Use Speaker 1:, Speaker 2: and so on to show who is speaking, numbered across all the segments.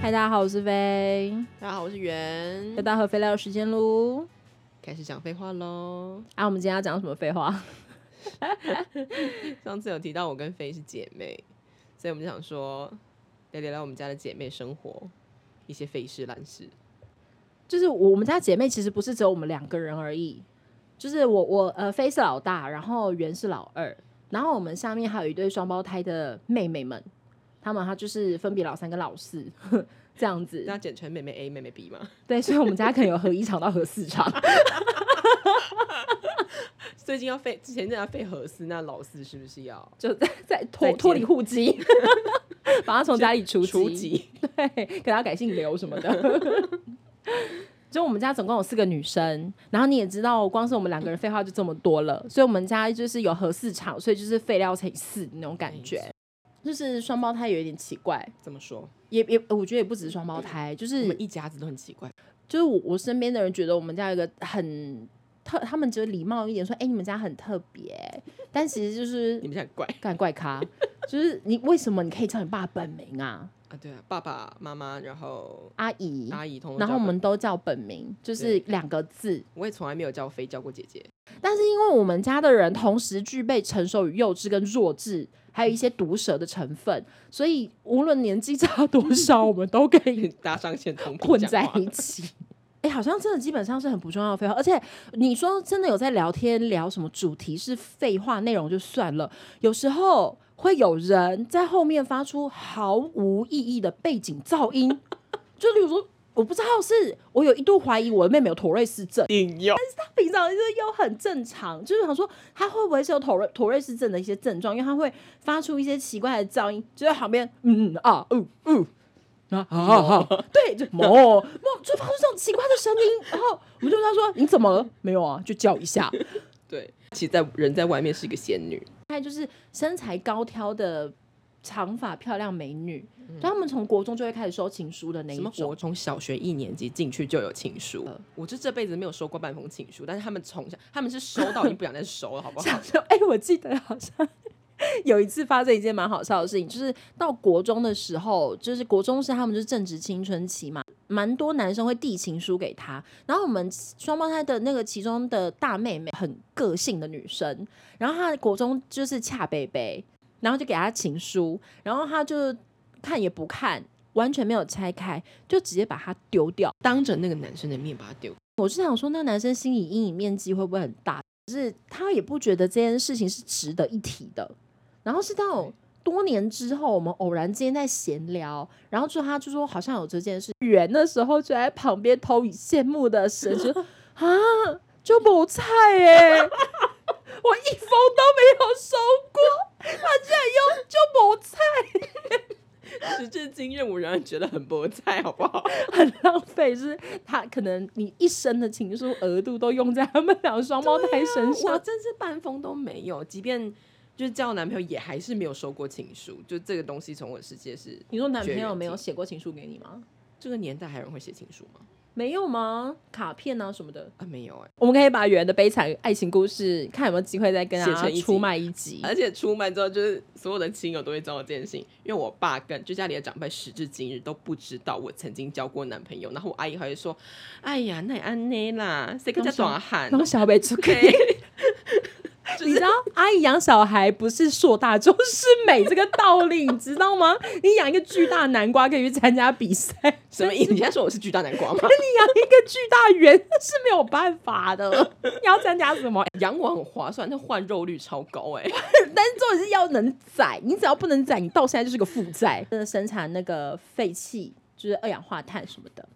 Speaker 1: 嗨，大家好，我是飞，
Speaker 2: 大家好，我是袁
Speaker 1: 又，到和肥料的时间喽。
Speaker 2: 开始讲废话喽。
Speaker 1: 啊，我们今天要讲什么废话？
Speaker 2: 上次有提到我跟飞是姐妹，所以我们就想说聊聊聊我们家的姐妹生活，一些废事烂事。
Speaker 1: 就是我我们家姐妹其实不是只有我们两个人而已，就是我我呃飞是老大，然后圆是老二，然后我们下面还有一对双胞胎的妹妹们，她们她就是分别老三跟老四 这样子。
Speaker 2: 那简称妹妹 A、妹妹 B 嘛，
Speaker 1: 对，所以我们家可能有合一场到合四场。
Speaker 2: 最近要废，之前正要废何四，那老四是不是要
Speaker 1: 就在在
Speaker 2: 再
Speaker 1: 脱
Speaker 2: 见
Speaker 1: 脱离户籍， 把他从家里除
Speaker 2: 除
Speaker 1: 籍，
Speaker 2: 籍？
Speaker 1: 对，给他改姓刘什么的。 就我们家总共有四个女生，然后你也知道，光是我们两个人废话就这么多了，所以我们家就是有合四场，所以就是废料乘以四那种感觉
Speaker 2: 没。
Speaker 1: 就是双胞胎有一点奇怪，
Speaker 2: 怎么说？
Speaker 1: 也也我觉得也不只是双胞胎，就
Speaker 2: 我
Speaker 1: 是
Speaker 2: 们一家子都很奇怪，
Speaker 1: 就是我我身边的人觉得我们家有一个很特，他们觉得礼貌一点说，哎、你们家很特别，但其实就是
Speaker 2: 你们家很怪
Speaker 1: 干怪咖，就是你为什么你可以叫你爸本名啊，
Speaker 2: 啊？对啊，爸嗯爸妈妈，然后
Speaker 1: 阿姨，
Speaker 2: 阿姨，通通
Speaker 1: 然后
Speaker 2: 叫
Speaker 1: 我
Speaker 2: 爸
Speaker 1: 们都叫本名，就是两个字。
Speaker 2: 我也从来没有叫飞叫过姐姐，
Speaker 1: 但是因为我们家的人同时具备成熟与幼稚跟弱智，还有一些毒舌的成分，所以无论年纪差多少，我们都可以
Speaker 2: 搭上线同频
Speaker 1: 混
Speaker 2: 讲
Speaker 1: 在
Speaker 2: 话
Speaker 1: 一起。哎、好像真的基本上是很不重要的废话，而且你说真的有在聊天聊什么主题是废话内容就算了，有时候会有人在后面发出毫无意义的背景噪音， 就例如说，我不知道是我有一度怀疑我的妹妹有妥瑞氏症，
Speaker 2: 引诱，
Speaker 1: 平常就是又很正常，就是想说他会不会是有妥瑞妥瑞氏症的一些症状，因为他会发出一些奇怪的噪音，就在旁边嗯嗯啊嗯嗯。啊啊啊！啊对，就某某就发出这种奇怪的声音，然后我们就跟他说：“你怎么了？”没有啊，就叫一 下。
Speaker 2: 对，其实在人在外面是一个仙女，
Speaker 1: 还有就是身材高挑的长发漂亮美女，就他们从国中就会开始收情书的那一
Speaker 2: 嗯什么
Speaker 1: 种
Speaker 2: 国。中小学一嗯年级进去就有情书
Speaker 1: 呃，
Speaker 2: 我就这辈子没有收过半封情书，但是他们从小他们是 收到已经不想再收了，好不好？
Speaker 1: 想说，哎、我记得好像 有一次发生一件蛮好笑的事情，就是到国中的时候，就是国中生他们就是正值青春期嘛，蛮多男生会递情书给她。然后我们双胞胎的那个其中的大妹妹很个性的女生，然后她的国中就是恰贝贝，然后就给她情书，然后她就看也不看。完全没有拆开，就直接把它丢掉。
Speaker 2: 当着那个男生的面把他丢，
Speaker 1: 我是想说，那个男生心理阴影面积会不会很大？就是他也不觉得这件事情是值得一提的。然后是到
Speaker 2: 对
Speaker 1: 多年之后，我们偶然之间在闲聊，然后就他就说好像有这件事，远的时候就在旁边投以羡慕的神神啊，就某菜耶、 我一封都没有收过，他居然用就某菜，
Speaker 2: 时至今日我仍然觉得很不菜，好不好？
Speaker 1: 很浪费。就是他可能你一生的情书额度都用在他们俩双胞胎身上
Speaker 2: 啊我，真是半封都没有，即便就是交男朋友也还是没有收过情书，就这个东西从我的世界是
Speaker 1: 你说男
Speaker 2: 绝
Speaker 1: 朋友
Speaker 2: 缘
Speaker 1: 没有
Speaker 2: 体
Speaker 1: 写过情书给你吗？
Speaker 2: 这个年代还有人会写情书吗？
Speaker 1: 没有吗？卡片啊什么的，
Speaker 2: 啊，没有哎、
Speaker 1: 我们可以把圆的悲惨爱情故事，看有没有机会再跟
Speaker 2: 写
Speaker 1: 大
Speaker 2: 成
Speaker 1: 家
Speaker 2: 一集
Speaker 1: 出卖一集。
Speaker 2: 而且出门之后，就是所有的亲友都会知道这件事情，因为我爸跟就家里的长辈时至今日都不知道我曾经交过男朋友，然后我阿姨还会说：“哎呀，那也安内啦，谁跟家短喊
Speaker 1: 然后小北出 给，
Speaker 2: 就是
Speaker 1: 你知道阿姨养小孩不是硕大就是美这个道理，你知道吗？你养一个巨大南瓜可以去参加比赛，
Speaker 2: 什么意思？你现在说我是巨大南瓜
Speaker 1: 你
Speaker 2: 吗？
Speaker 1: 养一个巨大圆是没有办法的。你要参加什么？
Speaker 2: 养我很划算，但换肉率超高哎、
Speaker 1: 但是重点是要能宰，你只要不能宰，你到现在就是个负债。真的生产那个废气，就是二氧化碳什么的。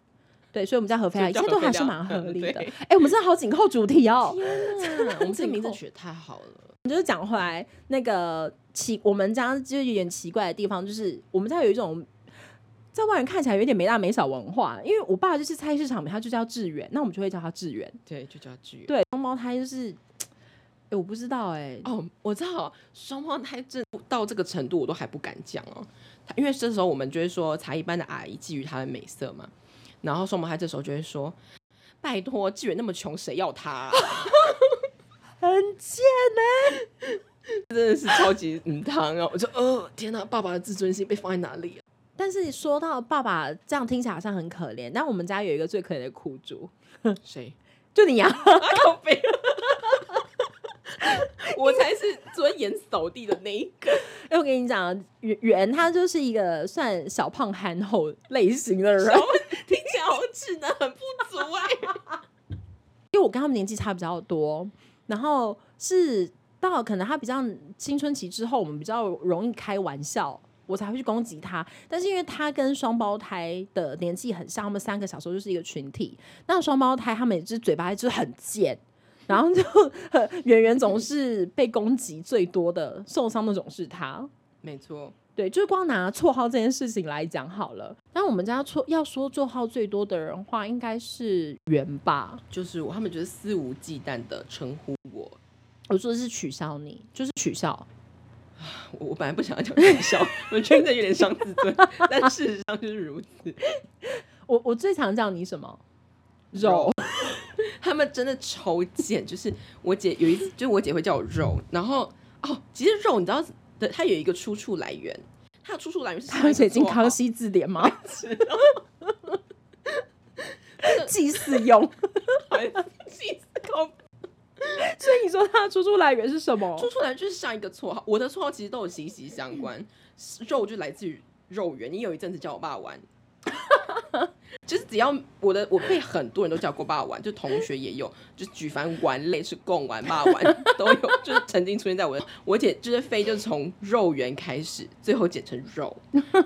Speaker 1: 对，所以我们家合肥啊，一
Speaker 2: 就叫
Speaker 1: 切都
Speaker 2: 合肥
Speaker 1: 还是
Speaker 2: 料
Speaker 1: 蛮合理的。
Speaker 2: 对
Speaker 1: 哎、我们真的好紧扣主题哦。
Speaker 2: 天 哪，我们这个名字
Speaker 1: 真的
Speaker 2: 取得太好了。
Speaker 1: 就是讲回来，那个奇，我们家就是有点奇怪的地方，就是我们家有一种 在外人看起来有点没大没小文化。因为我爸就是菜市场，他就叫志远，那我们就会叫他志远。
Speaker 2: 对，就叫巨
Speaker 1: 对，双胞胎就是，哎、我不知道哎、
Speaker 2: 哦，我知道双胞胎这到这个程度，我都还不敢讲哦。他因为这时候我们就会说才艺班的阿姨觊觎她的美色嘛，然后双胞胎这时候就会说：“拜托，志远那么穷，谁要他、啊？”
Speaker 1: 很贱呢、
Speaker 2: 真的是超级嗯汤哦！我就呃，天哪，爸爸的自尊心被放在哪里、啊？
Speaker 1: 但是说到爸爸，这样听起来好像很可怜。但我们家有一个最可怜的苦主，
Speaker 2: 谁？
Speaker 1: 就你呀、
Speaker 2: 啊， 靠背。 我才是尊严扫地的那一个。
Speaker 1: 哎、我跟你讲啊，圆圆他就是一个算小胖憨厚类型的人
Speaker 2: 然，后听起来好像智能很不足哎、
Speaker 1: 因为我跟他们年纪差比较多，然后是到可能他比较青春期之后，我们比较容易开玩笑，我才会去攻击他。但是因为他跟双胞胎的年纪很像，他们三个小时候就是一个群体。那双胞胎他们也是嘴巴就是很贱，然后就很圆圆总是被攻击最多的，受伤的总是他。
Speaker 2: 没错，
Speaker 1: 对，就是光拿绰号这件事情来讲好了。但我们家绰要说绰号最多的人话，应该是圆吧？
Speaker 2: 就是我，他们就是肆无忌惮的称呼我。
Speaker 1: 我说的是取消你，就是取笑。
Speaker 2: 我我本来不想要讲搞笑，我觉得有点伤自尊， 但事实上就是如此。
Speaker 1: 我我最常叫你什么？肉。
Speaker 2: 他们真的超贱，就是我姐有一次，就是我姐会叫我肉，然后哦，其实肉你知道的，它有一个出处来源，它的出处来源是哦
Speaker 1: 他会写进
Speaker 2: 进
Speaker 1: 康熙字典吗？祭祀用。
Speaker 2: 气死靠！
Speaker 1: 所以你说他的出处来源是什么？
Speaker 2: 出处来源就是上一个绰号，我的绰号其实都有息息相关，肉就来自于肉圆。你有一阵子叫我爸玩。 就是只要我的我被很多人都叫过爸玩，就同学也有，就是举凡玩类是共玩、爸玩都有，就是曾经出现在我的我姐就是飞，就是从肉圆开始，最后简称肉，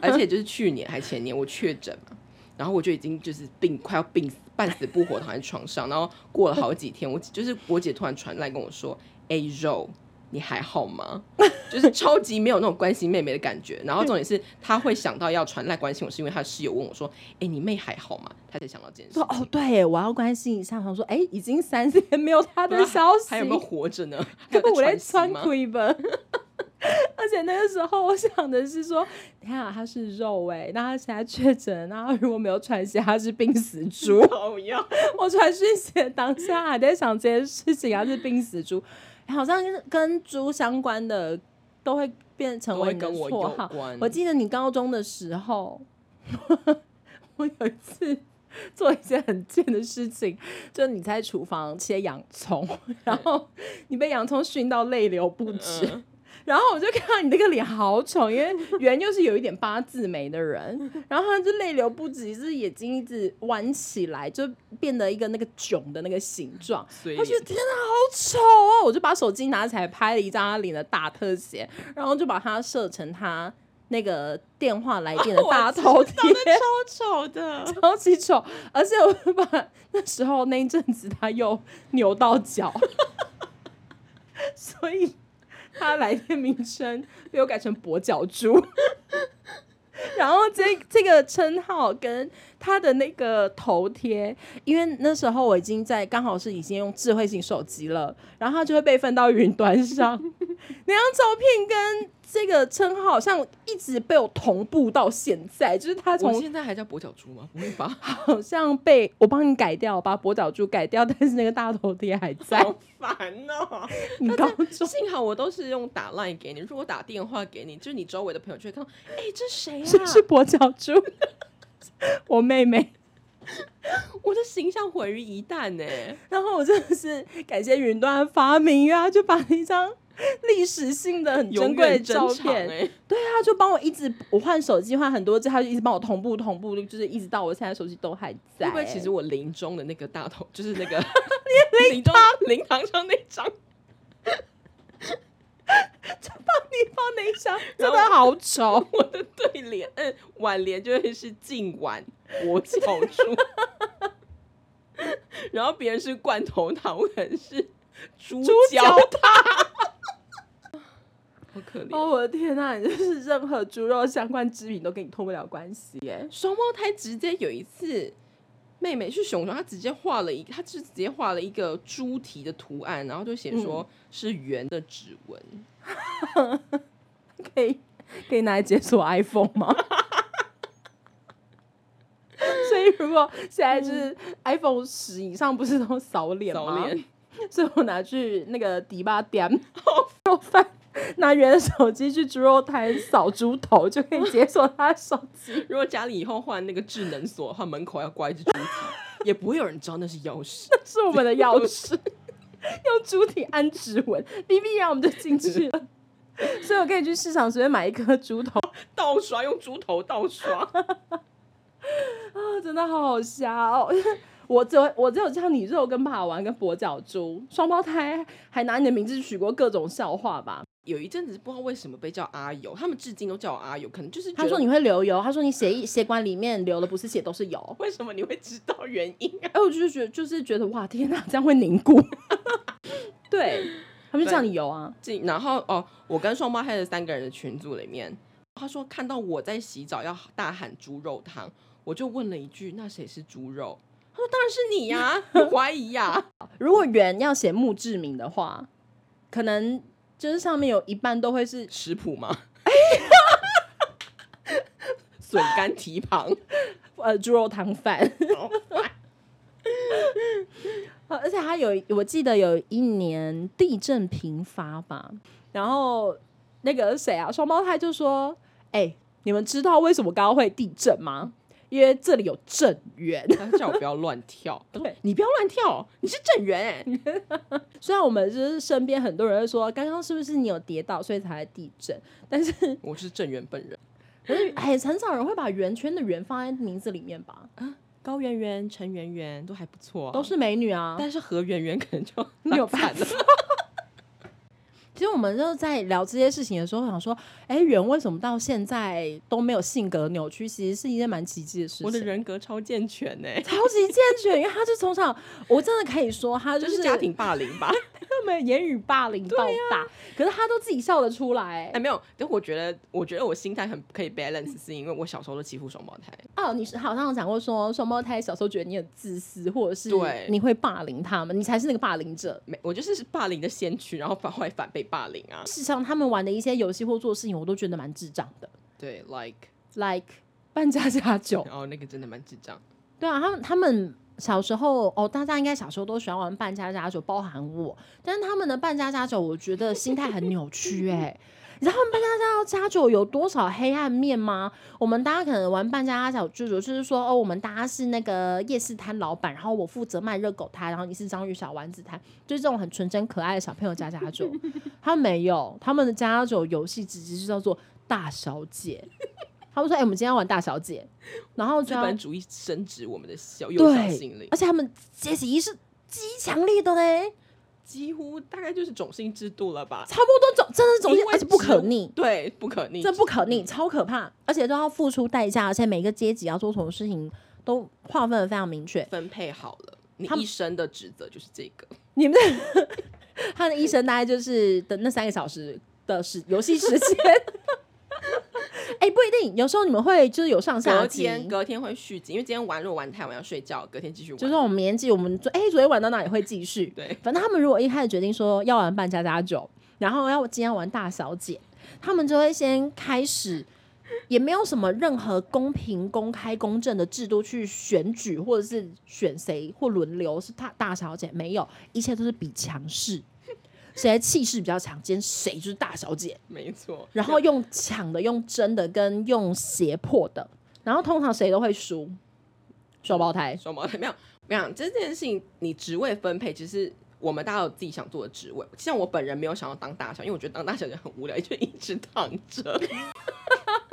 Speaker 2: 而且就是去年还前年我确诊嘛，然后我就已经就是病快要病死半死不活躺在床上，然后过了好几天，我就是我姐突然传来跟我说，哎、肉。你还好吗？ 就是超级没有那种关心妹妹的感觉。然后重点是，她会想到要传来关心我，是因为她的室友问我说：“哎、你妹还好吗？”她才想到这件事
Speaker 1: 说
Speaker 2: 情。啊
Speaker 1: 哦，对耶，我要关心一下。他说，哎，已经三天没有他
Speaker 2: 对
Speaker 1: 的
Speaker 2: 啊
Speaker 1: 消息，
Speaker 2: 还有没有活着呢？
Speaker 1: 根本我在穿
Speaker 2: 穿吗？
Speaker 1: 亏吧。 而且那个时候我想的是说，天啊，他是肉哎、那他现在确诊，那他如果没有喘息，他是病死猪。
Speaker 2: 讨厌，
Speaker 1: 我传讯息的当下还在想这件事情，啊他是病死猪，哎好像跟跟猪相关的都会变成
Speaker 2: 都
Speaker 1: 为
Speaker 2: 会
Speaker 1: 你的
Speaker 2: 跟我
Speaker 1: 绰
Speaker 2: 哦有
Speaker 1: 号。
Speaker 2: 关。
Speaker 1: 我记得你高中的时候，我有一次做一件很贱的事情，就你在厨房切洋葱，然后你被洋葱熏到泪流不止。
Speaker 2: 嗯
Speaker 1: 然后我就看到你那个脸好丑，因为圆又是有一点八字眉的人，然后他就泪流不止，就是眼睛一直弯起来，就变得一个那个囧的那个形状。
Speaker 2: 所以
Speaker 1: 我觉得天哪，好丑哦！我就把手机拿起来拍了一张他脸的大特写，然后就把它设成他那个电话来 电的大头贴，
Speaker 2: 超丑 的，
Speaker 1: 超级丑。而且我就把那时候那一阵子他又扭到脚，所以他来电名称被我改成跛脚猪。然后这这个称号跟他的那个头贴，因为那时候我已经在刚好是已经用智慧型手机了，然后它就会备份到云端上。 那张照片跟这个称号好像一直被我同步到现在，就是他
Speaker 2: 我
Speaker 1: 从
Speaker 2: 现在还叫跛脚猪吗？不会吧？
Speaker 1: 好像被我帮你改掉，把跛脚猪改掉，但是那个大头贴还在。
Speaker 2: 烦哦！
Speaker 1: 你高中
Speaker 2: 幸好我都是用打 line 给你，如果打电话给你，就是你周围的朋友就会看到，哎、这谁
Speaker 1: 是不
Speaker 2: 啊？
Speaker 1: 是跛脚猪？我妹妹。
Speaker 2: 我的形象毁于一旦呢、
Speaker 1: 然后我真的是感谢云端的发明啊，就把一张历史性的很珍
Speaker 2: 永
Speaker 1: 贵
Speaker 2: 远
Speaker 1: 的
Speaker 2: 珍
Speaker 1: 照
Speaker 2: 藏
Speaker 1: 片，
Speaker 2: 哎、
Speaker 1: 对啊，他就帮我一直我换手机换很多次，他就一直帮我同步同步，就是一直到我现在手机都还在。
Speaker 2: 会不会其实我临终的那个大头，就是 那个临终灵堂上那张，
Speaker 1: 你放那一张 真
Speaker 2: 然后
Speaker 1: 的好丑？
Speaker 2: 我的对联，嗯，挽联就会是近晚我巧猪， 然后别人是罐头糖，我可能是猪
Speaker 1: 猪
Speaker 2: 脚
Speaker 1: 脚
Speaker 2: 塔， 好可怜。
Speaker 1: 哦， 我的天呐、你就是任何猪肉相关制品都跟你脱不了关系耶。
Speaker 2: 哎双胞胎直接有一次，妹妹是熊熊，她直接画了一，她就直接画了一个猪蹄的图案，然后就写说是圆的指纹。
Speaker 1: 可以可以拿来解锁 iPhone 吗？ 所以如果现在就是 iPhone 十以上，不嗯是都扫脸吗？
Speaker 2: 扫脸，
Speaker 1: 所以我拿去那个迪吧点，然后翻拿原的手机去猪肉摊扫猪头，就可以解锁他的手机。
Speaker 2: 如果家里以后换那个智能锁的话，门口要挂一只猪蹄，也不会有人知道那是钥匙。
Speaker 1: 是我们的钥 匙，用猪蹄按指纹，哔哔，然后我们就进去 了。所以我可以去市场随便买一颗猪头
Speaker 2: 倒刷用猪头倒刷，
Speaker 1: 啊， 真的好好瞎哦！ 我只有我只有叫你肉跟把玩跟跛脚猪双胞胎，还拿你的名字取过各种笑话吧。
Speaker 2: 有一阵子不知道为什么被叫阿友，他们至今都叫我阿友，可能就 是
Speaker 1: 他
Speaker 2: 觉
Speaker 1: 说
Speaker 2: 得
Speaker 1: 你会流油，他说你血液血管里面流的不是血都是 油。
Speaker 2: 为什么你会知道原因啊？
Speaker 1: 哎、我就是觉得就是觉得哇，天哪，这样会凝固。 对，他们就叫你油啊。
Speaker 2: 进然后哦，我跟双胞胎的三个人的群组里面，他说看到我在洗澡要大喊猪肉汤，我就问了一句：“那谁是猪肉？”他说：“当然是你呀、你怀疑呀、
Speaker 1: 如果圆要写墓志铭的话，可能就是上面有一半都会是
Speaker 2: 食谱吗？” 笋干蹄膀，
Speaker 1: 呃猪肉汤饭。
Speaker 2: 好
Speaker 1: 呃，而且他有一，我记得有一年地震频发吧，然后那个谁啊，双胞胎就说：“哎、你们知道为什么刚刚会地震吗？因为这里有震源。
Speaker 2: 他叫我不要乱跳，他说
Speaker 1: 对：“
Speaker 2: 你不要乱跳，你是正缘、欸。”
Speaker 1: 虽然我们就是身边很多人会说，刚刚是不是你有跌倒，所以才会地震？但是，
Speaker 2: 我是正源本人，
Speaker 1: 可是哎，很少人会把圆圈的圆放在名字里面吧？
Speaker 2: 高圆圆、陈圆圆都还不错、
Speaker 1: 都，是美女啊。
Speaker 2: 但是何圆圆可能就
Speaker 1: 没 有
Speaker 2: 蛮惨的。
Speaker 1: 其实我们就在聊这些事情的时候，想说，哎，圆为什么到现在都没有性格扭曲？其实是一件蛮奇迹的事
Speaker 2: 我的
Speaker 1: 情。
Speaker 2: 人格超健全哎呢、
Speaker 1: 超级健全，因为他就从小，我真的可以说他
Speaker 2: 就是是家庭霸凌吧？
Speaker 1: 他们言语霸凌 到大，可是他都自己笑得出来
Speaker 2: 哎，。没有，但我觉得，我觉得我心态很可以 balance，是因为我小时候都欺负双胞胎，
Speaker 1: 哦，你是好像有讲过说双胞胎小时候觉得你很自私，或者是
Speaker 2: 对
Speaker 1: 你会霸凌他们，你才是那个霸凌者。
Speaker 2: 没，我就是霸凌的先驱，然后反后来反被霸凌啊。
Speaker 1: 事实上，他们玩的一些游戏或做事情，我都觉得蛮智障的
Speaker 2: 对，like，
Speaker 1: ，like 扮家家酒。
Speaker 2: 然后那个真的蛮智障。
Speaker 1: 对啊，他们他们小时候哦，大家应该小时候都喜欢玩扮家家酒，包含我。但是他们的扮家家酒，我觉得心态很扭曲哎、你知道他们扮家家家酒有多少黑暗面吗？我们大家可能玩扮家家酒，就就是说哦，我们大家是那个夜市摊老板，然后我负责卖热狗摊，然后你是章鱼小丸子摊，就是这种很纯真可爱的小朋友家家酒。他们没有，他们的家家酒游戏直接就叫做大小姐。他们说：“哎、我们今天要玩大小姐，然后
Speaker 2: 资
Speaker 1: 就要
Speaker 2: 本主义深植我们的小幼小
Speaker 1: 啊对
Speaker 2: 心灵，
Speaker 1: 而且他们阶级意识极强烈的嘞，
Speaker 2: 几乎大概就是种姓制度了吧？
Speaker 1: 差不多总真的是总
Speaker 2: 因为
Speaker 1: 而且不
Speaker 2: 只
Speaker 1: 可
Speaker 2: 有
Speaker 1: 逆，嗯
Speaker 2: 对，不可逆，
Speaker 1: 这不可逆，超可怕，而且都要付出代价，而且每个阶级要做什么事情都划分的非常明确。
Speaker 2: 分配好了，你
Speaker 1: 他们
Speaker 2: 一生的职责就是这个。
Speaker 1: 你们的他的一生大概就是等那三个小时的时游戏时间。 哎、不一定，有时候你们会就是有上下
Speaker 2: 隔
Speaker 1: 集，
Speaker 2: 天隔天会续集，因为今天玩如果玩太晚要睡觉，隔天继续玩。
Speaker 1: 就是我们年纪，我们昨哎、昨天玩到哪里会继续，
Speaker 2: 对，
Speaker 1: 反正他们如果一开始决定说要玩扮家家酒，然后要今天玩大小姐，他们就会先开始，也没有什么任何公平、公开、公正的制度去选举，或者是选谁或轮流是大大小姐，没有，一切都是比强势，谁的气势比较强，今天谁就是大小姐，
Speaker 2: 没错。
Speaker 1: 然后用抢的、用争的跟用胁迫的，然后通常谁都会输，双胞胎。
Speaker 2: 双胞胎没有没有这件事情，你职位分配其实。我们大家有自己想做的职位，像我本人没有想要当大小，因为我觉得当大小姐很无聊，就一直躺着。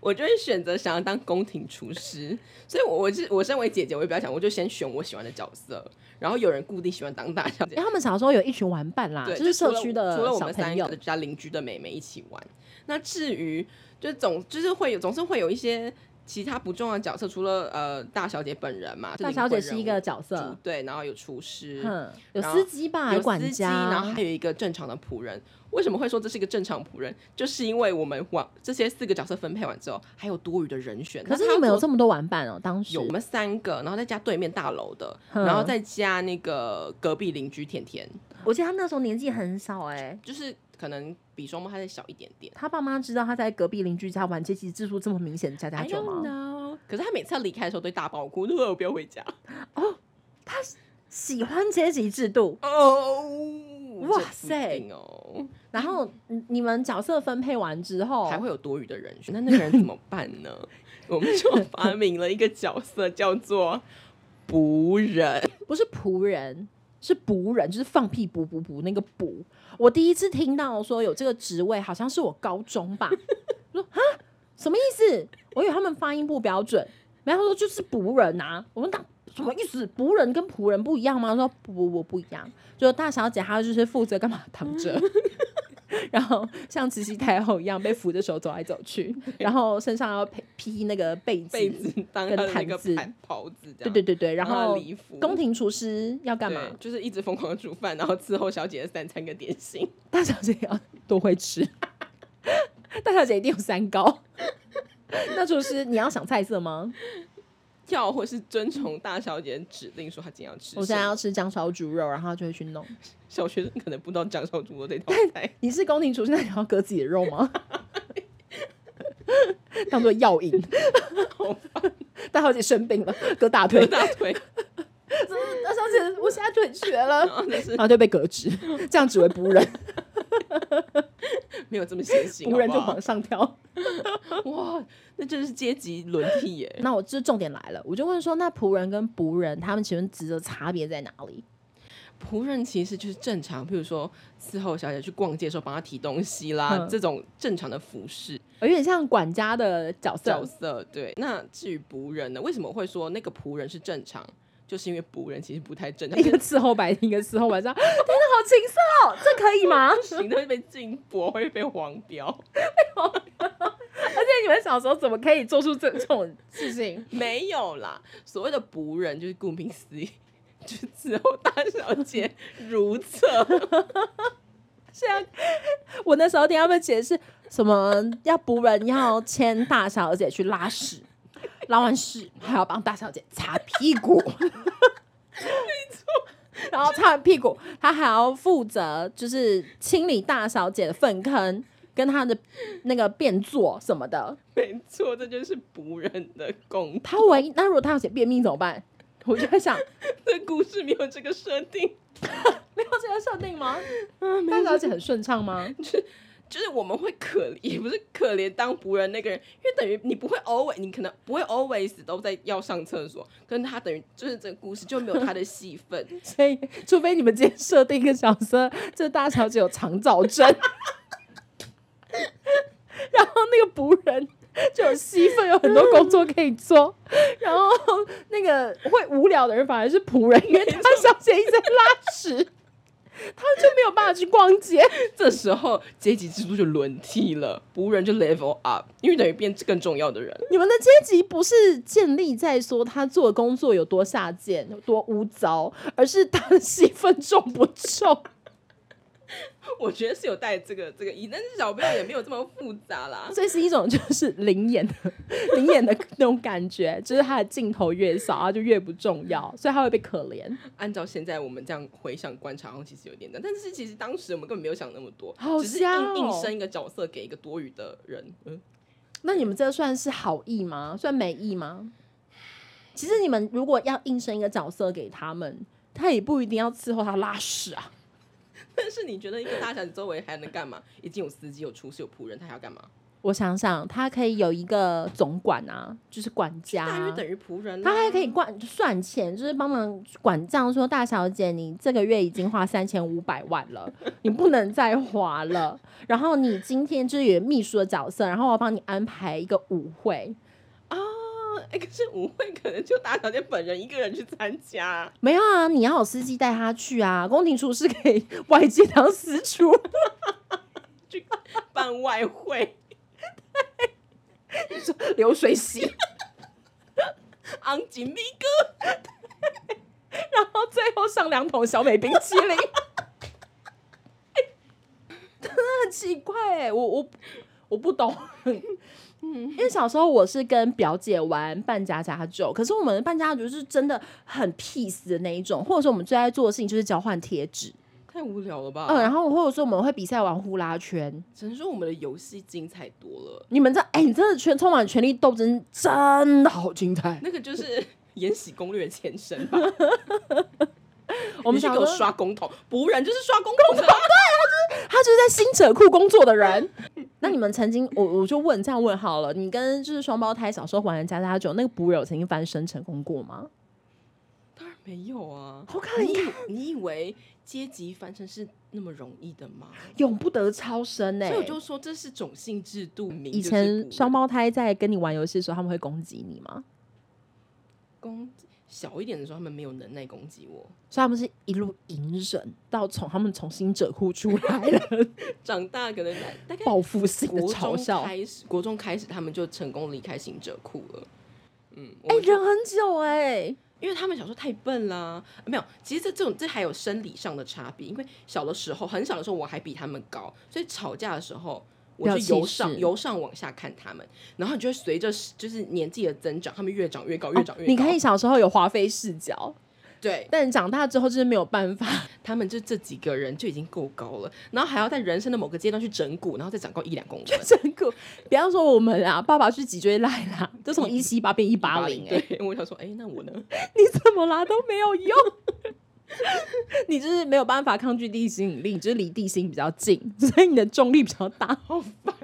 Speaker 2: 我就会选择想要当宫廷厨师，所以我我是我身为姐姐，我也比较想，我就先选我喜欢的角色，然后有人固定喜欢当大小姐
Speaker 1: 因，为他们小时候有一群玩伴啦，
Speaker 2: 对，
Speaker 1: 啊就是社
Speaker 2: 除了
Speaker 1: 区的
Speaker 2: 除了我
Speaker 1: 小
Speaker 2: 们三
Speaker 1: 朋友
Speaker 2: 个，家邻居的妹妹一起玩。那至于就总就是会有总是会有一些其他不重要的角色，除了呃大小姐本人嘛，
Speaker 1: 大小姐是一个角
Speaker 2: 灵魂人物
Speaker 1: 色
Speaker 2: 主，对，然后有厨师。
Speaker 1: 哼，有
Speaker 2: 然
Speaker 1: 司机吧，
Speaker 2: 有
Speaker 1: 管
Speaker 2: 司机，
Speaker 1: 家，
Speaker 2: 然后还有一个正常的仆人。为什么会说这是一个正常仆人？就是因为我们往这些四个角色分配完之后，还有多余的人选。
Speaker 1: 可是
Speaker 2: 那他
Speaker 1: 你们有
Speaker 2: 做
Speaker 1: 这么多玩伴哦，当时
Speaker 2: 有我们三个，然后再加对面大楼的，
Speaker 1: 嗯
Speaker 2: 然后再加那个隔壁邻居甜甜，
Speaker 1: 我记得他那时候年纪很小哎、
Speaker 2: 就是可能比双胞胎再小一点点。
Speaker 1: 他爸妈知道他在隔壁邻居家玩阶级制度这么明显的家家
Speaker 2: I
Speaker 1: 酒吗？
Speaker 2: don't know。可是他每次要离开的时候都会大爆哭，就说我不 要回家。
Speaker 1: 喜欢阶级制度，
Speaker 2: 哦，
Speaker 1: 哇
Speaker 2: 这不一
Speaker 1: 塞
Speaker 2: 定哦，
Speaker 1: 然后你你们角色分配完之后，
Speaker 2: 还会有多余的人选，那那个人怎么办呢？ 我们就发明了一个角色叫做仆人，
Speaker 1: 不是仆人，是仆人，就是放屁补补补那个补。我第一次听到说有这个职位，好像是我高中吧。 我说啊，什么意思？我以为他们发音不标准。然后他说就是仆人啊，我们打什么意思？仆人跟仆人不一样吗？他说不不不不一样，就大小姐她就是负责干嘛躺着。 然后像慈禧太后一样被扶着手走来走去，然后身上要披披那个被子，
Speaker 2: 被子当他的那
Speaker 1: 跟
Speaker 2: 个
Speaker 1: 毯子
Speaker 2: 盘袍子这
Speaker 1: 对
Speaker 2: 样，
Speaker 1: 对对对，然
Speaker 2: 当他的
Speaker 1: 后
Speaker 2: 礼服
Speaker 1: 宫廷厨师要干嘛？
Speaker 2: 对就是一直疯狂地煮饭，然后伺候小姐的三餐跟点 心。
Speaker 1: 大小姐要多会吃，大小姐一定有三高。那厨师，你要想菜色吗？
Speaker 2: 要或是遵从大小姐的指令，说她今天要吃什么。
Speaker 1: 我现在要吃姜烧猪肉，然后她就会去弄。
Speaker 2: 小学生可能不知道酱烧猪肉这道菜，
Speaker 1: 你是宫廷厨师，那你要割自己的肉吗？当做药 引。大小姐生病了，割大
Speaker 2: 割
Speaker 1: 腿。
Speaker 2: 大腿，
Speaker 1: 大小姐，我现在腿瘸了，
Speaker 2: 然后就是
Speaker 1: 然后就被革职，这样只为仆人，
Speaker 2: 没有这么先 行，
Speaker 1: 仆人就
Speaker 2: 好不好
Speaker 1: 往上跳。
Speaker 2: 哇，那真是阶级轮替耶！
Speaker 1: 那我这重点来了，我就问说，那仆人跟仆人他们请问职责差别在哪里？
Speaker 2: 仆人其实就是正常，譬如说伺候小姐去逛街的时候帮她提东西啦，
Speaker 1: 嗯
Speaker 2: 这种正常的服饰
Speaker 1: 有点像管家的角色，
Speaker 2: 角色。对，那至于仆人呢，为什么会说那个仆人是正常？就是因为仆人其实不太正常，
Speaker 1: 一个伺候白天，一个伺候晚上。天哪，好情色哦，这可以吗？ 而
Speaker 2: 行都会被禁播，会被黄标。
Speaker 1: 且你们小时候怎么可以做出这这种事情？
Speaker 2: 没有啦，所谓的仆人就是顾名思义，就是伺候大小姐如厕。
Speaker 1: 我那时候听他们解释什么要仆人要牵大小姐去拉屎，拉完屎还要帮大小姐擦屁股。 然后擦完屁股，他还要负责就是清理大小姐的粪坑跟她的那个便座什么的。
Speaker 2: 没错，这就是仆人的工。
Speaker 1: 他唯一那如果他要写便秘怎么办？ 我就在想，
Speaker 2: 这故事没有这个设定，
Speaker 1: 没有这个设定吗？大小姐很顺畅吗？
Speaker 2: 就是我们会可也不是可怜当仆人那个人，因为等于你不会 always，你可能不会 always 都在要上厕所，跟他等于就是这个故事就没有他的戏份。
Speaker 1: 所以，除非你们今天设定一个角色， 这大小姐有肠燥症， 然后那个仆人就有戏份，有很多工作可以做， 然后那个会无聊的人反而是仆人，因为大小姐一直在拉屎， 他就没有办法去逛街。
Speaker 2: 这时候阶级制度就轮替了，仆人就 level up，因为等于变更重要的人。
Speaker 1: 你们的阶级不是建立在说他做的工作有多下贱、有多污糟，而是他的戏份重不 重。
Speaker 2: 我觉得是有带这个这个意，但是小朋友也没有这么复杂啦。
Speaker 1: 所以是一种就是灵眼的灵眼的那种感觉，就是他的镜头越少，他就越不重要，所以他会被可怜。
Speaker 2: 按照现在我们这样回想观察，好像其实有点这样，但是其实当时我们根本没有想那么多，
Speaker 1: 好
Speaker 2: 只是
Speaker 1: 瞎
Speaker 2: 硬
Speaker 1: 哦
Speaker 2: 硬生一个角色给一个多余的人。嗯，
Speaker 1: 那你们这算是好意吗？算美意吗？其实你们如果要硬生一个角色给他们，他也不一定要伺候他拉屎啊。
Speaker 2: 但是你觉得一个大小姐周围还能干嘛？已经有司机、有厨师、有仆人，他还要干嘛？
Speaker 1: 我想想，他可以有一个总管啊，就是管家啊、
Speaker 2: 大约等于仆人啦、
Speaker 1: 他还可以管算钱，就是帮忙管账，说大小姐，你这个月已经花三千五百万了， 你不能再花了。然后你今天就是有秘书的角色，然后我帮你安排一个舞会，
Speaker 2: 啊。哎、可是舞会可能就大小姐本人一个人去参加，
Speaker 1: 没有啊，你要有司机带他去啊，宫廷厨师可以外界当私厨，
Speaker 2: 去办外汇
Speaker 1: 流水席。
Speaker 2: 昂吉米哥。
Speaker 1: 然后最后上两桶小美冰淇淋。真的很奇怪哎、我我我不懂，因为小时候我是跟表姐玩扮家家酒，可是我们的扮家家酒是真的很 peace 的那一种，或者说我们最爱做的事情就是交换贴纸，
Speaker 2: 太无聊了吧？
Speaker 1: 嗯，然后或者说我们会比赛玩呼啦圈。
Speaker 2: 只能说我们的游戏精彩多了。
Speaker 1: 你们这哎、你真的全充满权力斗争，真的好精彩。
Speaker 2: 那个就是《延禧攻略》前身吧？
Speaker 1: 我们
Speaker 2: 你去
Speaker 1: 想
Speaker 2: 给我
Speaker 1: 说
Speaker 2: 刷公头，仆人就是刷公头的，
Speaker 1: 他就是在新者库工作的 人。那你们曾经，我我就问这样问好了，你跟就是双胞胎小时候玩家家酒，那个捕友曾经翻身成功过吗？
Speaker 2: 当然没有啊。
Speaker 1: 好可
Speaker 2: 你
Speaker 1: 以，
Speaker 2: 以你以为阶级翻身是那么容易的吗？
Speaker 1: 永不得超生呢、欸
Speaker 2: 所以我就说这是种姓制度，明
Speaker 1: 以
Speaker 2: 就是
Speaker 1: 前
Speaker 2: 不
Speaker 1: 双胞胎在跟你玩游戏的时候，他们会攻击你吗？
Speaker 2: 攻击小一点的时候，他们没有能耐攻击我。
Speaker 1: 所以他们是一路隐忍到从他们从新者库出来了，
Speaker 2: 长大可能大 概
Speaker 1: 报复性的
Speaker 2: 国
Speaker 1: 嘲
Speaker 2: 中
Speaker 1: 笑。哎
Speaker 2: 开始，国中开始他们就成功离开行者库了。嗯，我
Speaker 1: 哎、
Speaker 2: 们就
Speaker 1: 忍很久哎、
Speaker 2: 因为他们小时候太笨啦，啊没有。其实这这种这还有生理上的差别，因为小的时候很小的时候我还比他们高，所以吵架的时候
Speaker 1: 比较
Speaker 2: 我是由
Speaker 1: 气势
Speaker 2: 上由上往下看他们，然后你就会随着就是年纪的增长，他们越长越高，越长越
Speaker 1: 哦
Speaker 2: 高。
Speaker 1: 你可以小时候有华妃视角，
Speaker 2: 对
Speaker 1: 但长大之后就是没有办法。。
Speaker 2: 他们就这几个人就已经够高了，然后还要在人生的某个阶段去整蛊，然后再长高一两公分
Speaker 1: 真酷！不要说我们啊，爸爸去脊椎赖啦，都从一七八变一八零哎，
Speaker 2: 对，我想说，哎、那我呢？
Speaker 1: 你怎么啦都没有用， 你就是没有办法抗拒地心引力，你就是离地心比较近，所以你的重力比较大。
Speaker 2: 好烦、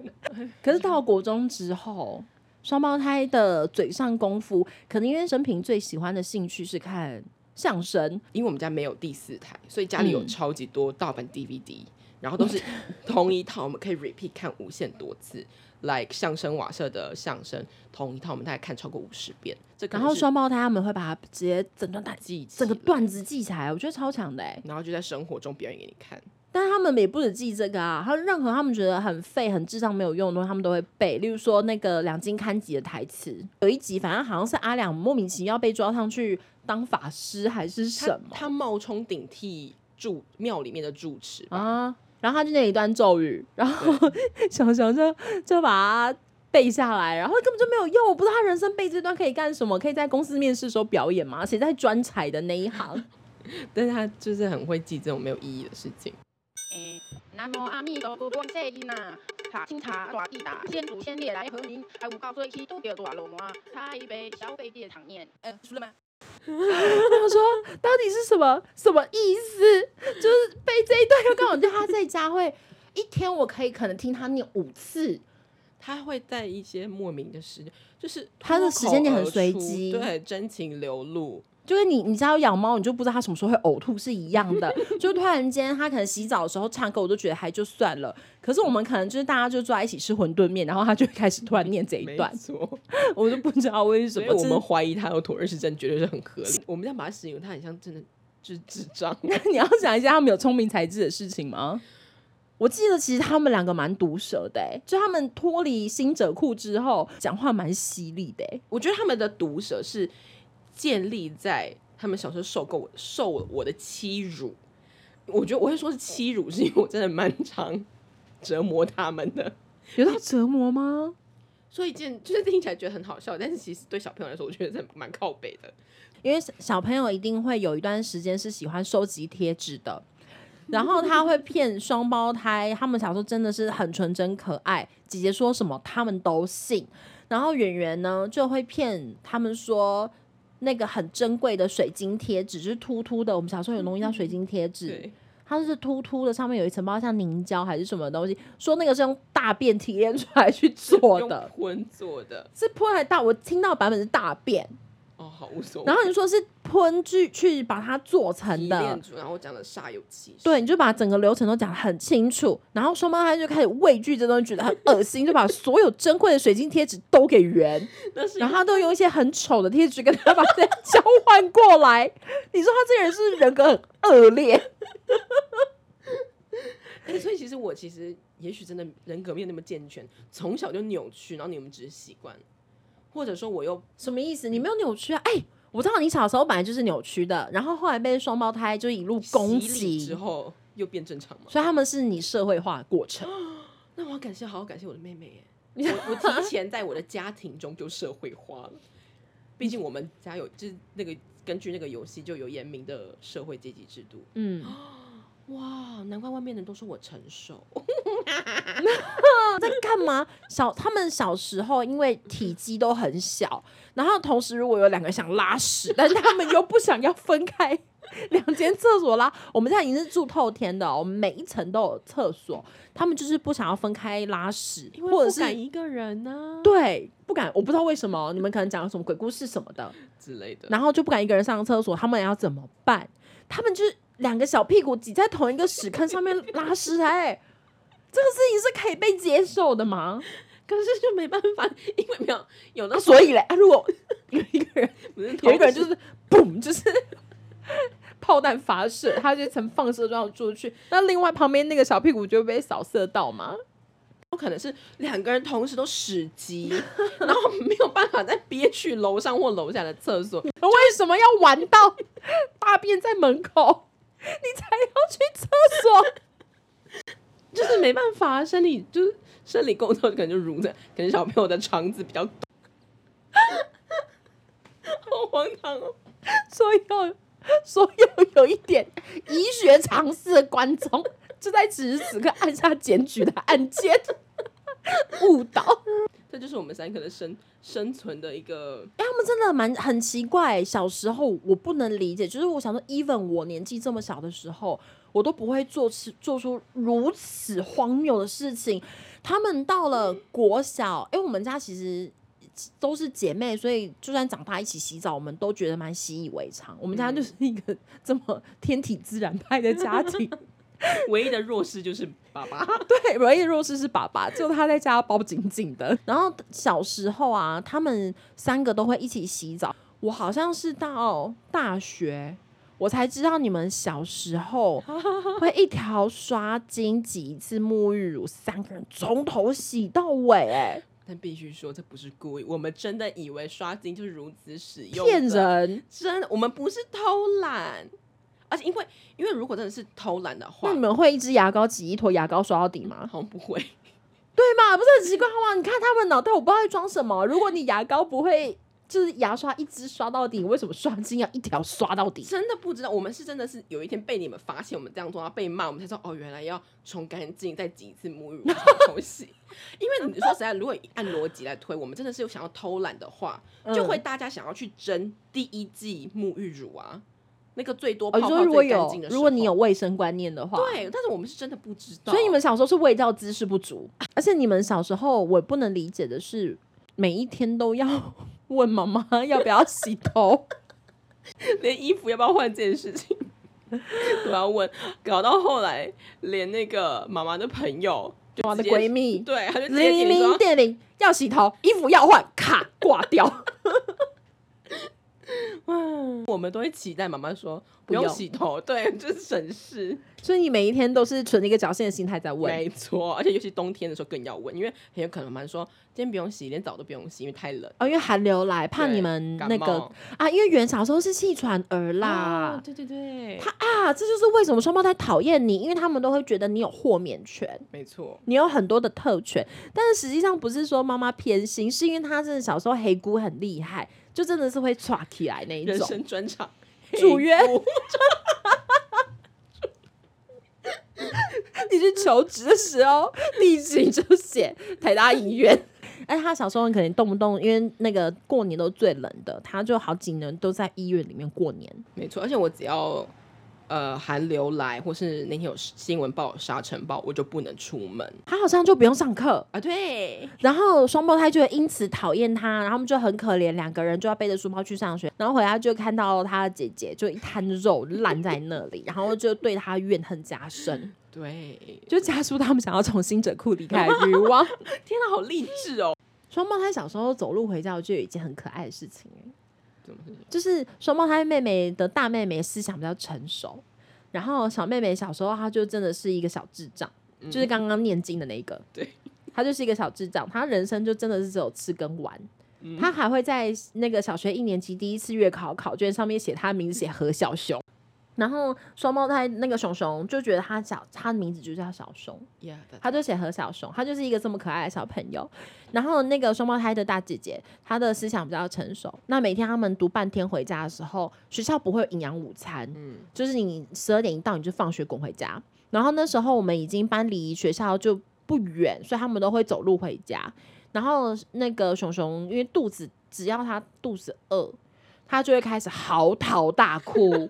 Speaker 1: 可是到国中之后，双胞胎的嘴上功夫，可能因为生平最喜欢的兴趣是看相声，
Speaker 2: 因为我们家没有第四台，所以家里有
Speaker 1: 嗯
Speaker 2: 超级多盗版 DVD，、然后都 是同一套，我们可以 repeat 看无限多次。like 相声瓦舍的相声，同一套我们大概看超过五十遍。这可
Speaker 1: 然
Speaker 2: 能
Speaker 1: 后
Speaker 2: 是
Speaker 1: 双胞胎他们会把它直接整段打
Speaker 2: 记起
Speaker 1: 整个
Speaker 2: 了，
Speaker 1: 段子记起来，我觉得超强的哎、
Speaker 2: 然后就在生活中表演给你看。
Speaker 1: 但他们也不止记这个啊，他任何他们觉得很废、很智障、没有用的东西，他们都会背。例如说那个两金刊集的台词，有一集反正好像是阿良莫名其妙被抓上去当法师还是什
Speaker 2: 他
Speaker 1: 么
Speaker 2: 他冒充顶替住庙里面的住 持吧，
Speaker 1: 啊，然后他就念一段咒语，然后小熊就就把它背下来，然后根本就没有用。我不知道他人生背这段可以干什么，可以在公司面试的时候表演吗？写在专采的那一行。
Speaker 2: 但是他就是很会记这种没有意义的事情。
Speaker 3: 诶南无阿弥陀佛，观世音啊，塔清查大地大，先祖先烈来和您，还有到最起拄着大龙啊，台北小北地的场面。呃，输了吗？
Speaker 1: 他说到底是什么什么意思？就是背这一段要干嘛？就他在家会一天，我可以可能听他念五次。
Speaker 2: 他会在一些莫名的时，就是
Speaker 1: 他的
Speaker 2: 脱
Speaker 1: 时间点
Speaker 2: 口
Speaker 1: 很
Speaker 2: 而
Speaker 1: 随
Speaker 2: 出
Speaker 1: 机
Speaker 2: 对，真情流露。
Speaker 1: 就跟你你家有养猫，你就不知道它什么时候会呕吐是一样的。 就突然间，它可能洗澡的时候唱歌，我都觉得还就算了。可是我们可能就是大家就坐在一起吃馄饨面，然后它就会开始突然念这一
Speaker 2: 没
Speaker 1: 段，
Speaker 2: 错，
Speaker 1: 我就不知道为什
Speaker 2: 所以
Speaker 1: 么。
Speaker 2: 我
Speaker 1: 这
Speaker 2: 们怀疑他有妥瑞氏症，绝对是很合理。我们这样把他形容，他很像真的就是智障。
Speaker 1: 那你要讲一下他们有聪明才智的事情吗？我记得其实他们两个蛮毒舌的、欸，就他们脱离新者库之后，讲话蛮犀利的、欸。
Speaker 2: 我觉得他们的毒舌是建立在他们小时候受够受我的欺辱。我觉得我会说是欺辱，是因为我真的蛮常折磨他们的。
Speaker 1: 有到折磨吗？
Speaker 2: 所以件就是听起来觉得很好笑，但是其实对小朋友来说，我觉得是蛮靠北的。
Speaker 1: 因为小朋友一定会有一段时间是喜欢收集贴纸的，然后他会骗双胞胎，他们小时候真的是很纯真可爱，姐姐说什么他们都信，然后圆圆呢就会骗他们说。那个很珍贵的水晶贴纸，就是凸凸的。我们小时候有东西叫水晶贴纸，
Speaker 2: 对，
Speaker 1: 它就是凸凸的，上面有一层包像凝胶还是什么东西，说那个是用大便提炼出来去做
Speaker 2: 用
Speaker 1: 的，
Speaker 2: 荤做的
Speaker 1: 是喷还大，我听到版本是大便，
Speaker 2: 哦，好无所谓。
Speaker 1: 然后你说是喷去去把它做成
Speaker 2: 提
Speaker 1: 的
Speaker 2: 炼，出，然后讲的煞有其事。
Speaker 1: 对，你就把整个流程都讲得很清楚，然后双胞胎就开始畏惧这东西，觉得很恶心，就把所有珍贵的水晶贴纸都给圆，
Speaker 2: 那是因
Speaker 1: 然
Speaker 2: 为
Speaker 1: 后他都用一些很丑的贴纸跟他把这样交换过来， 你说他这个人是不是人格很恶劣？
Speaker 2: 欸所以其实我其实也许真的人格没有那么健全，从小就扭曲，然后你们只是习惯，或者说我又
Speaker 1: 什么意思？你没有扭曲啊？哎、我知道你小时候本来就是扭曲的，然后后来被双胞胎就一路攻
Speaker 2: 洗礼
Speaker 1: 击
Speaker 2: 之，后又变正常嘛。
Speaker 1: 所以他们是你社会化的过程。
Speaker 2: 那我要感谢，好好感谢我的妹妹耶！我我提前在我的家庭中就社会化了，毕竟我们家有就是那个根据那个游戏就有严明的社会阶级制度。
Speaker 1: 嗯，
Speaker 2: 哇，难怪外面人都说我成熟，
Speaker 1: 在干嘛？小他们小时候因为体积都很小，然后同时如果有两个想拉屎，但是他们又不想要分开，两间厕所啦。我们现在已经是住透天的哦、我们每一层都有厕所，他们就是不想要分开拉屎，
Speaker 2: 因为
Speaker 1: 或者
Speaker 2: 不
Speaker 1: 是
Speaker 2: 敢一个人啊呢、
Speaker 1: 对不敢，我不知道为什么，你们可能讲什么鬼故事什么的，
Speaker 2: 之类的。
Speaker 1: 然后就不敢一个人上厕所，他们要怎么办？他们就是两个小屁股挤在同一个屎坑上面拉屎、哎，这个事情是可以被接受的吗？
Speaker 2: 可是就没办法，因为没有有那
Speaker 1: 所以嘞，啊、如果有一个人
Speaker 2: 不是
Speaker 1: 有一个人就
Speaker 2: 同事
Speaker 1: 是嘣，啊就是 炮弹发射，他就从放射状出去，那另外旁边那个小屁股就会被扫射到嘛？
Speaker 2: 有可能是两个人同时都屎急，然后没有办法再憋去楼上或楼下的厕所，
Speaker 1: 为什么要玩到大便在门口，你才要去厕所？
Speaker 2: 就是没办法，啊生理就是生理构造可能就如这，可能小朋友的肠子比较短，好荒唐哦！
Speaker 1: 所有所有有一点医学常识的观众，就在此时此刻按下检举的按键，误导。
Speaker 2: 这就是我们三个的生生存的一个，
Speaker 1: 哎、他们真的蛮很奇怪、小时候我不能理解，就是我想说，even 我年纪这么小的时候，我都不会做出做出如此荒谬的事情。他们到了国小，哎、我们家其实都是姐妹，所以就算长大一起洗澡，我们都觉得蛮习以为常。我们家就是一个这么天体自然派的家庭，
Speaker 2: 唯一的弱势就是爸爸，
Speaker 1: 对，唯一弱势是爸爸，就他在家包紧紧的。然后小时候啊，他们三个都会一起洗澡。我好像是到大学，我才知道你们小时候会一条刷巾挤一次沐浴乳，三个人从头洗到尾、哎，
Speaker 2: 但必须说这不是故意，我们真的以为刷金就是如此使用，
Speaker 1: 骗！人！
Speaker 2: 真的，我们不是偷懒，而且因为因为如果真的是偷懒的话
Speaker 1: 那你，们会一支牙膏挤一坨牙膏刷到底吗？
Speaker 2: 好像不会。
Speaker 1: 对嘛，不是很奇怪吗？你看他们脑袋，我不知道在装什么。如果你牙膏不会，就是牙刷一支刷到底，你为什么刷巾要一条刷到底？
Speaker 2: 真的不知道，我们是真的是有一天被你们发现我们这样做，然后被骂，我们才知道哦，原来要冲干净，再挤一次沐浴乳 冲洗。因为你说实在，如果按逻辑来推，我们真的是有想要偷懒的话，
Speaker 1: 嗯
Speaker 2: 就会大家想要去争第一季沐浴乳啊，那个最多
Speaker 1: 哦，
Speaker 2: 泡
Speaker 1: 你说
Speaker 2: 泡
Speaker 1: 如果
Speaker 2: 最干
Speaker 1: 有
Speaker 2: 净的，时
Speaker 1: 如果你有
Speaker 2: 候
Speaker 1: 卫生观念的话，，
Speaker 2: 对，但是我们是真的不知道，
Speaker 1: 所以你们小时候是味道知识不足，
Speaker 2: 啊
Speaker 1: 而且你们小时候我不能理解的是，每一天都要 问妈 妈要不要洗头，
Speaker 2: 连衣服要不要换这件事情 都要问，搞到后来连那个妈妈的朋友，就
Speaker 1: 妈妈的
Speaker 2: 直接
Speaker 1: 闺蜜。
Speaker 2: 对，他就直接
Speaker 1: 零零
Speaker 2: 点
Speaker 1: 零
Speaker 2: 说
Speaker 1: 点零要洗头，衣服要换， 卡挂掉。
Speaker 2: 我们都会期待妈妈说
Speaker 1: 不
Speaker 2: 不用
Speaker 1: 用
Speaker 2: 洗头，对， 就是省事。
Speaker 1: 所以你每一天都是存着一个侥幸的心态在问。
Speaker 2: 没错，而且尤其冬天的时候更要问，因为很有可能妈妈说今天不用洗，连澡都不用洗，因为太冷。
Speaker 1: 哦，因为寒流来，怕
Speaker 2: 对
Speaker 1: 你们
Speaker 2: 感
Speaker 1: 那个
Speaker 2: 冒
Speaker 1: 啊，因为原小时候是气喘儿啦
Speaker 2: 哦，对对对，
Speaker 1: 他啊，这就是为什么双胞胎讨厌你，因为他们都会觉得你有豁免权。
Speaker 2: 没错，
Speaker 1: 你有很多的特权，但是实际上不是说妈妈偏心，是因为她真的小时候黑姑很厉害，就真的是会抓起来那一
Speaker 2: 人
Speaker 1: 种。
Speaker 2: 生专场
Speaker 1: 主约
Speaker 2: 黑锅
Speaker 1: 你去求职的时候，地址就写台大医院。哎，她小时候可能动不动，因为那个过年都最冷的，她就好几年都在医院里面过年。
Speaker 2: 没错，而且我只要呃寒流来，或是那天有新闻报有沙尘暴，我就不能出门
Speaker 1: 她好像就不用上课，
Speaker 2: 啊。对，
Speaker 1: 然后双胞胎就会因此讨厌她，然后他们就很可怜，两个人就要背着书包去上学，然后回家就看到她的姐姐就一滩肉烂在那里，然后就对她怨恨加深。
Speaker 2: 对，
Speaker 1: 就加速他们想要从新者库离开的欲望。
Speaker 2: 天哪，好励志哦！
Speaker 1: 双胞胎小时候走路回家，我觉得有一件很可爱的事情、欸，
Speaker 2: 怎么是
Speaker 1: 就是双胞胎妹妹的大妹妹思想比较成熟，然后小妹妹小时候她就真的是一个小智障，就是刚刚念经的那一个，
Speaker 2: 嗯对，
Speaker 1: 她就是一个小智障，她人生就真的是只有吃跟玩。
Speaker 2: 嗯
Speaker 1: 她还会在那个小学一年级第一次月考考卷上面写她的名字，写何小熊。然后双胞胎那个熊熊就觉得她小，她的名字就叫小熊，
Speaker 2: 呀？
Speaker 1: 他就写何小熊，他就是一个这么可爱的小朋友。然后那个双胞胎的大姐姐，她的思想比较成熟。那每天他们读半天回家的时候，学校不会有营养午餐，
Speaker 2: 嗯
Speaker 1: 就是你十二点一到你就放学滚回家。然后那时候我们已经搬离学校就不远，所以他们都会走路回家。然后那个熊熊因为肚子，只要他肚子饿，他就会开始嚎啕大哭。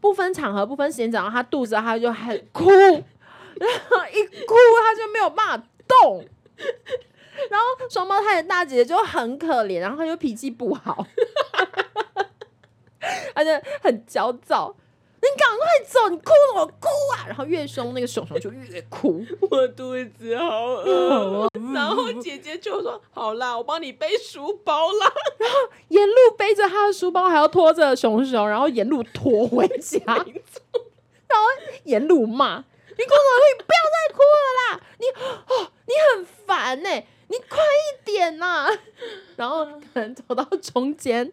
Speaker 1: 不分场合、不分时间，只要他肚子他就很哭，然后一哭他就没有办法动。然后双胞胎的大姐姐就很可怜，然后她就脾气不好， 而且很焦躁。你赶快走，你哭什么哭啊？然后越凶，那个熊熊就越哭。
Speaker 2: 我肚子好饿。 然后姐姐就说：“好啦，我帮你背书包啦。
Speaker 1: 沿路背着他的书包，还要拖着熊熊，然后沿路拖回家， 然后沿路骂：“你哭什么哭？你不要再哭了啦！你哦，你很烦呢、你快一点呐、 然后可能走到中间，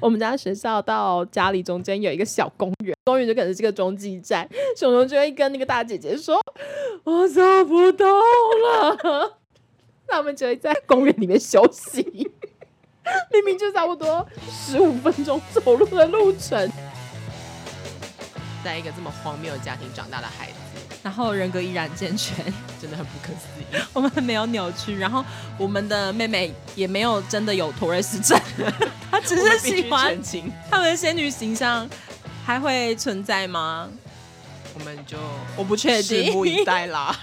Speaker 1: 我们家学校到家里中间有一个小公园，公园就可能是个中继站，熊熊就会跟那个大姐姐说：“我走不动了。” 他们就会在公园里面休息。明明就差不多十五分钟走路的路程。”
Speaker 2: 在一个这么荒谬的家庭长大的孩子，
Speaker 1: 然后人格依然健全，
Speaker 2: 真的很不可思议。
Speaker 1: 我们没有扭曲，然后我们的妹妹也没有真的有妥瑞氏症，她只
Speaker 2: 我
Speaker 1: 是
Speaker 2: 们必须
Speaker 1: 喜欢
Speaker 2: 澄清，
Speaker 1: 她们的仙女形象还会存在吗？
Speaker 2: 我们就
Speaker 1: 我不确定
Speaker 2: 拭目 以待啦。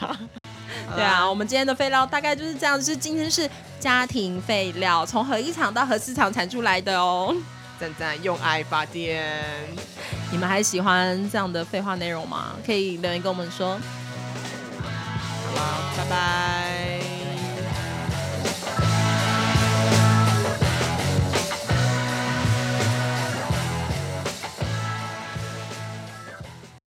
Speaker 1: 对啊，我们今天的废料大概就是这样，就是今天是家庭废料，从核一厂到核四厂产出来的哦。
Speaker 2: 赞赞用爱发电，
Speaker 1: 你们还喜欢这样的废话内容吗？可以留言跟我们说。
Speaker 2: 好啦，拜拜。